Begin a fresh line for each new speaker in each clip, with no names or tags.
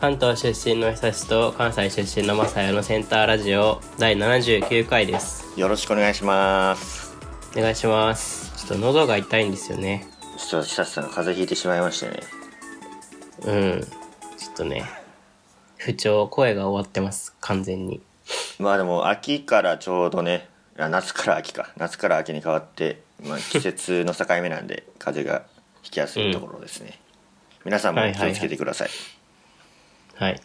関東出身の久しと関西出身のまさよのセンターラジオ第79回です
よろしくお願いします。
お願いしますちょっと喉が痛いんですよね
ちょっと久志さん風邪ひいてしまいましたね。
うんちょっとね不調声が終わってます完全に
まあでも秋からちょうどね、あ夏から秋か、夏から秋に変わって、まあ、季節の境目なん で風邪がひきやすいところですね。皆さんも
はいはいはい
気をつけてください。
はい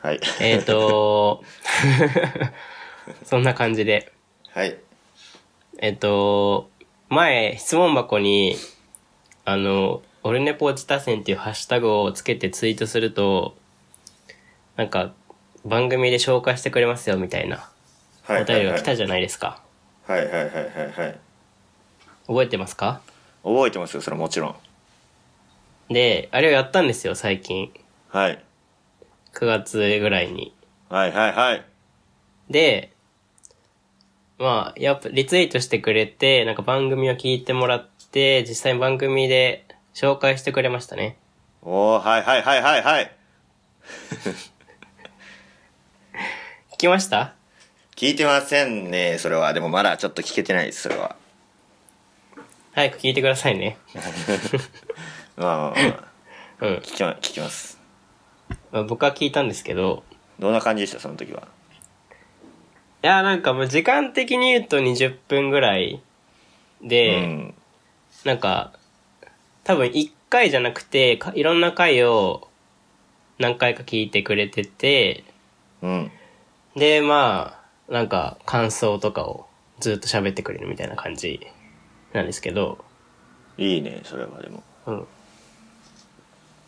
はい。
えーと そんな感じで
はい。
えっと、前、質問箱に、あの、オルネポ自他戦っていうハッシュタグをつけてツイートすると、なんか、番組で紹介してくれますよみたいな
は
お
い。
便りが来た
はい
じゃないですか。
はいはいはいはいはい。
覚えてますか
覚えてますよ、それはもちろん。
で、あれをやったんですよ、最近。
はい。
9月ぐらいに。
はいはいはい。
で、まあ、やっぱ、リツイートしてくれて、なんか番組を聞いてもらって、実際に番組で紹介してくれましたね。
おー、はいはいはいはいはい。
聞きました
聞いてませんね、それは。でもまだちょっと聞けてないです、それは。
早く聞いてくださいね。
まあまあまあ、
うん。
聞きま聞きます。
まあ、僕は聞いたんですけど、
どんな感じでした、その時は。
いや、なんかもう時間的に言うと20分ぐらいで、
うん。
なんか、多分1回じゃなくて、かいろんな回を何回か聞いてくれてて、
うん。
で、まあ、なんか感想とかをずっと喋ってくれるみたいな感じなんですけど、
いいね、それはでも。
うん。い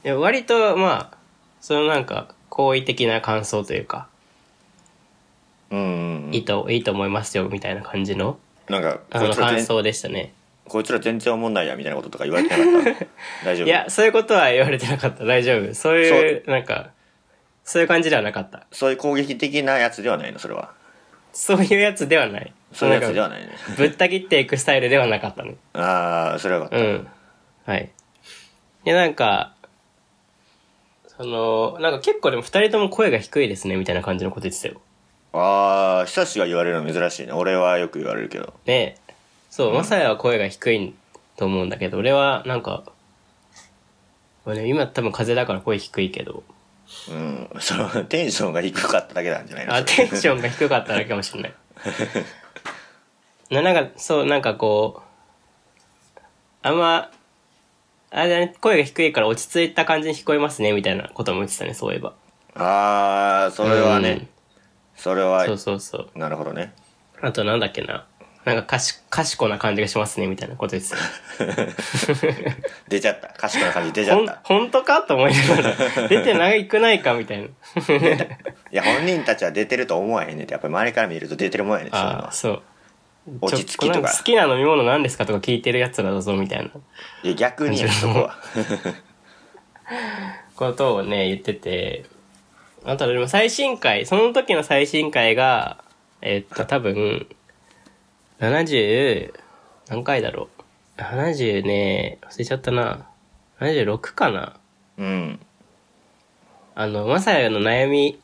や割と、まあ、そのなんか、好意的な感想というか、
うんうんう
いい
ん。
と、いいと思いますよ、みたいな感じの、
なんか、
あ
こい
の、
つら
感
全、
想でしたね。
こいつら全然思んないや、みたいなこととか言われてなかっ た大丈夫
いや、そういうことは言われてなかった。大丈夫。そういう、なんか、そういう感じではなかった。
そういう攻撃的なやつではないの、それは。
そういうやつではない。
そういうやつでは
な
ない
ん
ね。
かぶった切っていくスタイルではなかったね。
あー、それはよか
う
っ
ん。はい。いや、なんか、その、なんか結構でも二人とも声が低いですね、みたいな感じのこと言ってたよ。
た。あー、久しが言われるの珍しいね。俺はよく言われるけど。
ねえそう、マサヤは声が低いと思うんだけど、俺はなんか、俺ね今多分風邪だから声低いけど、
うん。その、テンションが低かっただけなんじゃないの
あ、
それ
テンションが低かっただけかもしれない。ななんか、そう、なんかこう、あんま、あれだね、声が低いから落ち着いた感じに聞こえますね、みたいなことも言ってたね、そういえば。
あー、それは
うん
ね、それは
そう、そうそう。
なるほどね。
あとなんだっけな。なんかかし、賢な感じがしますね、みたいなこと言ってた。
出ちゃった。賢い感じ出ちゃ
ほ
っ
ん
た、。
ほんとかと思いなが ら、出てないくないかみたいな。
いや、本人たちは出てると思わへんねんって。やっぱり周りから見ると出てるもんやねん、そういうの
あ
は
あ、。そう。
落ち着き
ちょ
と
なん
か
好。きな飲み物何ですかとか聞いてるやつらだぞ、みたいない
や、逆にやそこは。
ことをね、言ってて、あとでも最新回、その時の最新回が、えっと、多分、70、何回だろう。70ね、忘れちゃったな。76かな。
うん。
あの、まさやの悩み、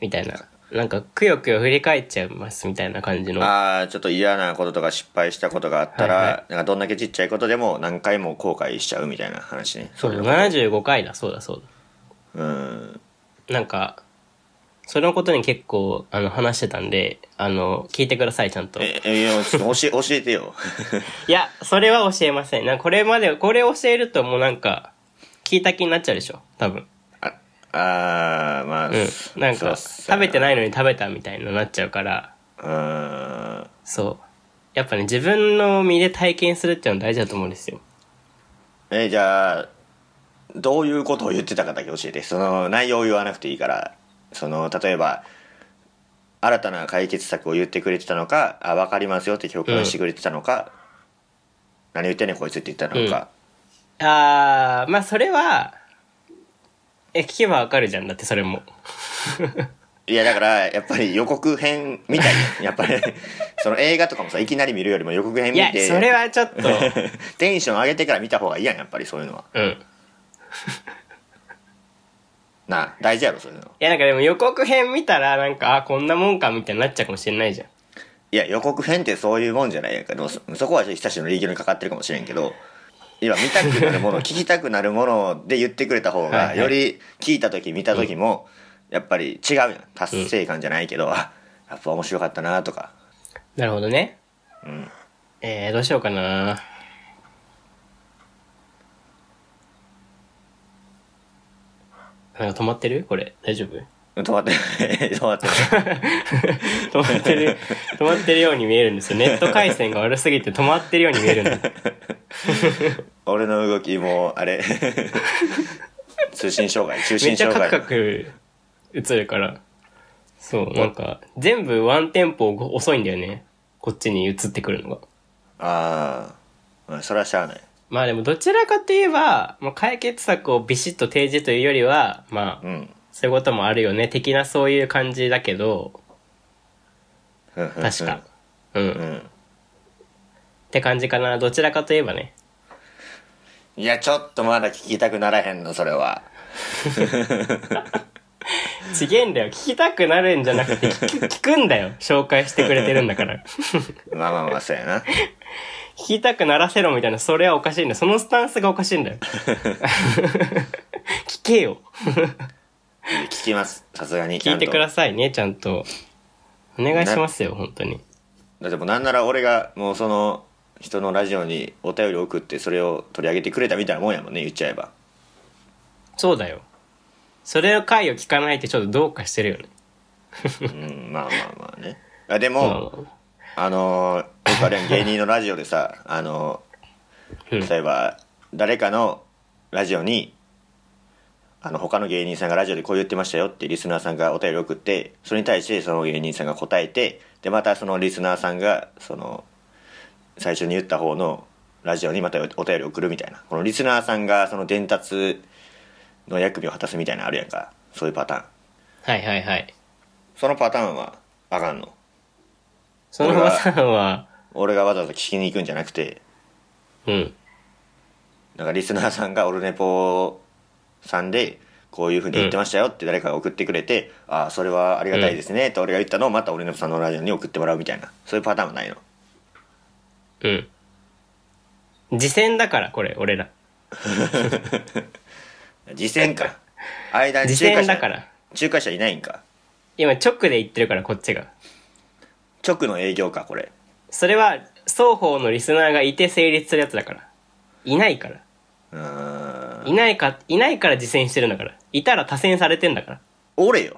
みたいな。なんか、くよくよ振り返っちゃいます、みたいな感じの。
ああ、ちょっと嫌なこととか失敗したことがあったら、
はいは
なんかどんだけちっちゃいことでも何回も後悔しちゃうみたいな話ね。
そう
れ
だ、
の
75回だ、そうだ、そうだ。
うん。
なんか、それのことに結構、あの、話してたんで、あの、聞いてください、ちゃんと。
え、え、いやちょっ と教え、教えてよ。
いや、それは教えません。なんかこれまで、これ教えるともうなんか、聞いた気になっちゃうでしょ、多分。
ああー、まあ、
うん。なんか、食べて
い。
ないのに食べたみたいになっちゃうから、
うん。
そう。やっぱね、自分の身で体験するっていうのは大事だと思うんですよ。
え、じゃあ、どういうことを言ってたかだけ教えて。その、内容を言わなくていいから、その、例えば、新たな解決策を言ってくれてたのか、あ、わかりますよって共感してくれてたのか、何言ってんねんこいつって言ったのか。
あー、まあそれは、え、聞けばわかるじゃん。だってそれも。
いやだからやっぱり予告編み たいなやっぱりその映画とかもさいきなり見るよりも予告編
い
見
や、
て
それはちょっと、
テンション上げてから見た方がいいやんやっぱりそういうのは
うん。
なあ大事やろそういうの
いやなんかでも予告編見たらなんかあこんなもんかみたいになっちゃうかもしれないじゃん
いや予告編ってそういうもんじゃないやんかでもそそこは久しの営業にかかってるかもしれんけど今見たくなるもの聞きたくなるもので言ってくれた方
はい
が
はい
より聞いた時見た時もやっぱり違うやん達成感じゃないけど、あやっぱ面白かったなとか
なるほどねうんえー、どうしようかななんか止まってるこれ大丈夫
止まって 止まって
止まって る止まってるように見えるんですよネット回線が悪すぎて止まってるように見えるん だ
俺の動きもあれ 通信障害通
め
信
っちゃ
障
カク
害
カク映るから。そう、なんか、全部ワンテンポ遅いんだよね。こっちに移ってくるのが。
ああ、うんそれはしゃあない
まあでもどちらかといえば、まあ、解決策をビシッと提示というよりは、ま
う
あ、
ん
そういうこともあるよね。的なそういう感じだけど、確
確
か。うん。
う
っ
ん
て感じかな。どちらかといえばね。
いやちょっとまだ聞きたくならへんのそれは
ちげえんだよ。聞きたくなるんじゃなくて 聞く、聞くんだよ。紹介してくれてるんだ から。
まあまあまあそうやな
聞きたくならせろみたいな、それはおかしいんだよ。そのスタンスがおかしいんだ よ。聞けよ。
聞きますさすがにちゃ
聞い
んと
てくださいね、ちゃんと。お願いしますよ、本当に。
だってもうなんなら俺がもうその人のラジオにお便り送ってそれを取り上げてくれたみたいなもんやもんね言っちゃえば
そうだよ。それを回を聞かないってちょっとどうかしてるよね。
うんまあまあまあねあで
まあ
も、
ま
あのーよくあれやん芸人のラジオ でさあのー
うん
例えば誰かのラジオにあの他の芸人さんがラジオでこう言ってましたよってリスナーさんがお便り送ってそれに対してその芸人さんが答えてでまたそのリスナーさんがその最初に言った方のラジオにまたお便り送るみたいなこのリスナーさんがその伝達の役目を果たすみたいなのあるやんかそういうパターン
あはいはいはい。
そのパターンはあかんの
そのまさんは、
俺がわざわざ聞きに行くんじゃなくて
うん。
なんかリスナーさんが「オルネポ」さんでこういうふうに言ってましたよって誰かが送ってくれて「ああそれはありがたいですね」と俺が言ったのをまたオルネポさんのラジオに送ってもらうみたいなそういうパターンはないの
うん。次戦だから、これ、俺ら。
次戦か間に
次
仲介
戦
者
だから。
仲介者いないんか
今、直で言ってるから、こっちが。
直の営業かこれ
それは、双方のリスナーがいて成立するやつだから。いないから。
うーん
いないか、いないから自戦してるんだから。いたら多戦されてんだから。
俺よ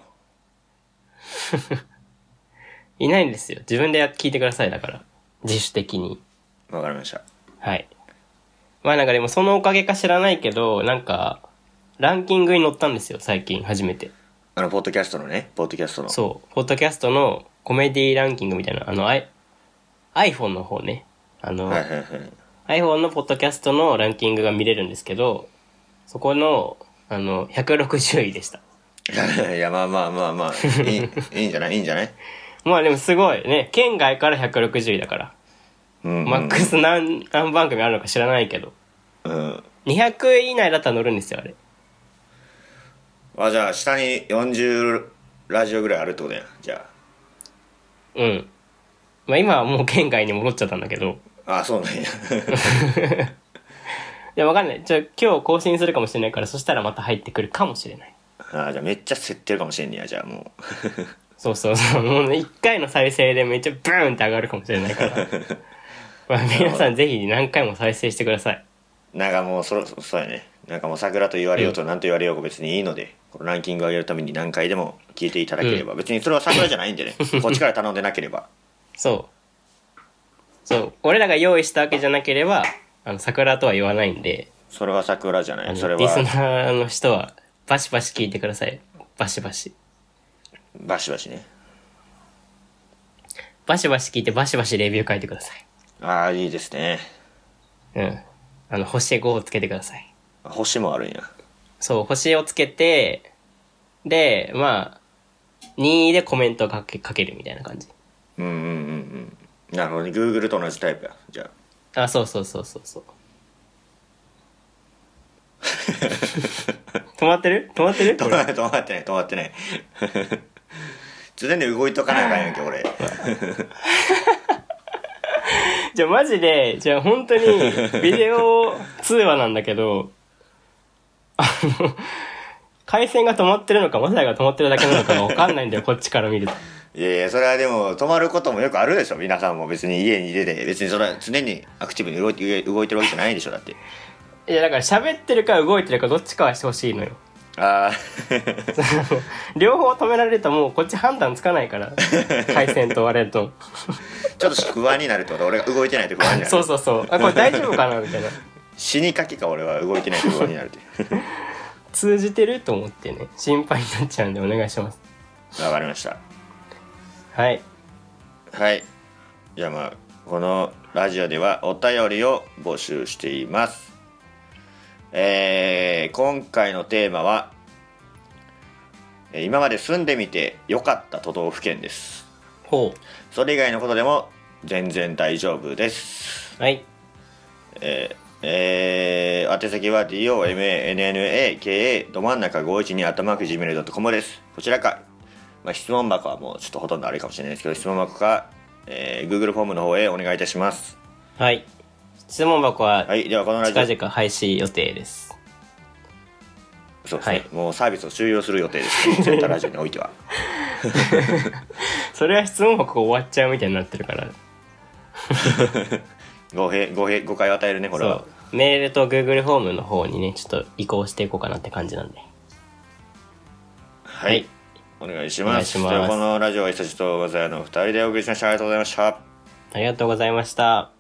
いないんですよ。自分でや聞いてください、だから。自主的に。
わかりました
はい。まあなんかでもそのおかげか知らないけど、なんか、ランキングに載ったんですよ、最近、初めて。
あのポッドキャストのねポッドキャストの
そう。ポッドキャストのコメディランキングみたいな、あの、アイ iPhone の方ね。あの、
はいはいはい、
iPhone のポッドキャストのランキングが見れるんですけど、そこの、あの、160位でした。
い やまあまあまあまあいいいいんじゃないいいんじゃない
まあでもすごいね。県外から160位だから。
うん、うん、
マックス何、何番組あるのか知らないけど。
うん
200位以内だったら乗るんですよ、あれ。
あじゃあ下に40ラジオぐらいあるってことやじゃ
うん。まあ今はもう県外に戻っちゃったんだけど。
ああそうなんや
いや、わかんない。じゃあ今日更新するかもしれないから、そしたらまた入ってくるかもしれない。
あじゃあめっちゃ競ってるかもしれんねやじゃあもう
そうそうそう。もうね、1回の再生でめっちゃブーンって上がるかもしれないから。 まあ皆さんぜひ何回も再生してください。
なんかもうそろそろそうやねなんかもう桜と言われようと何と言われようが別にいいので、このランキングを上げるために何回でも聞いていただければ、別にそれは桜じゃない んでねこっちから頼んでなければ
そう。そう。俺らが用意したわけじゃなければ、あの、桜とは言わないんで、
それは桜じゃな
あ
い
の
それ
リス
は
ナーの人は、バシバシ聞いてください。バシバシ。
バシバシね
バシバシ聞いて、バシバシレビュー書いてください。
ああいいですね
うん。あの、星5をつけてください。
星もあるんや
そう、星をつけて、で、まあ、任意でコメントをかけかけるみたいな感じ。
うんうんうんうんなるほどね Google と同じタイプやじゃあ
あ、そうそうそうそうそう。止まってる止まってる
止まって止まってない止まってない 常に動いとかなあかんやんけ俺
じゃあマジで、じゃあ本当にビデオ通話なんだけど、あの、回線が止まってるのか、マサヤが止まってるだけなのかがわかんないんだ よ、こっちから見ると。
いやいやそれはでも止まることもよくあるでしょ皆さんも別に家に入れて別にそれは常にアクティブに動いて動いてるわけじゃないでしょだって
いや、だから喋ってるか動いてるかどっちかはしてほしいのよ。
ああ
両方止められるともうこっち判断つかない から、回線と割れると。
ちょっと不安になるってこと俺が動いてないと不安にな る
そうそうそう。あ、これ大丈夫かなみたいな。
死にかけか俺は動いてないと不安になるって
通じてると思ってね、心配になっちゃうんでお願いします。
わかりました
はい。
はいじゃあまあこのラジオではお便りを募集していますえー今回のテーマはえー今まで住んでみて良かった都道府県です
ほ
それ以外のことでも全然大丈夫です
う。はい。
えー、宛先は DOMANNAKA ど真ん中51に頭くじ gmail.com ですこちらか、まあ、質問箱はもうちょっとほとんどあれかもしれないですけど質問箱か、えー Google フォームの方へお願いいたします
はい。質問箱は
はいではこのラジオ
近々配信予定です。
そうですね、
はい
もうサービスを終了する予定 ですセンターラジオにおいては
それは質問箱終わっちゃうみたいになってるから。
ごへごへ誤解を与えるねこれ
そ
は
う。メールと Google フォームの方にね、ちょっと移行していこうかなって感じなんで。
はい、お願いし
お願
ま
い
す
します
ではこのラジオは久しと和也の2人でお送りしましたありがとうございました
ありがとうございました。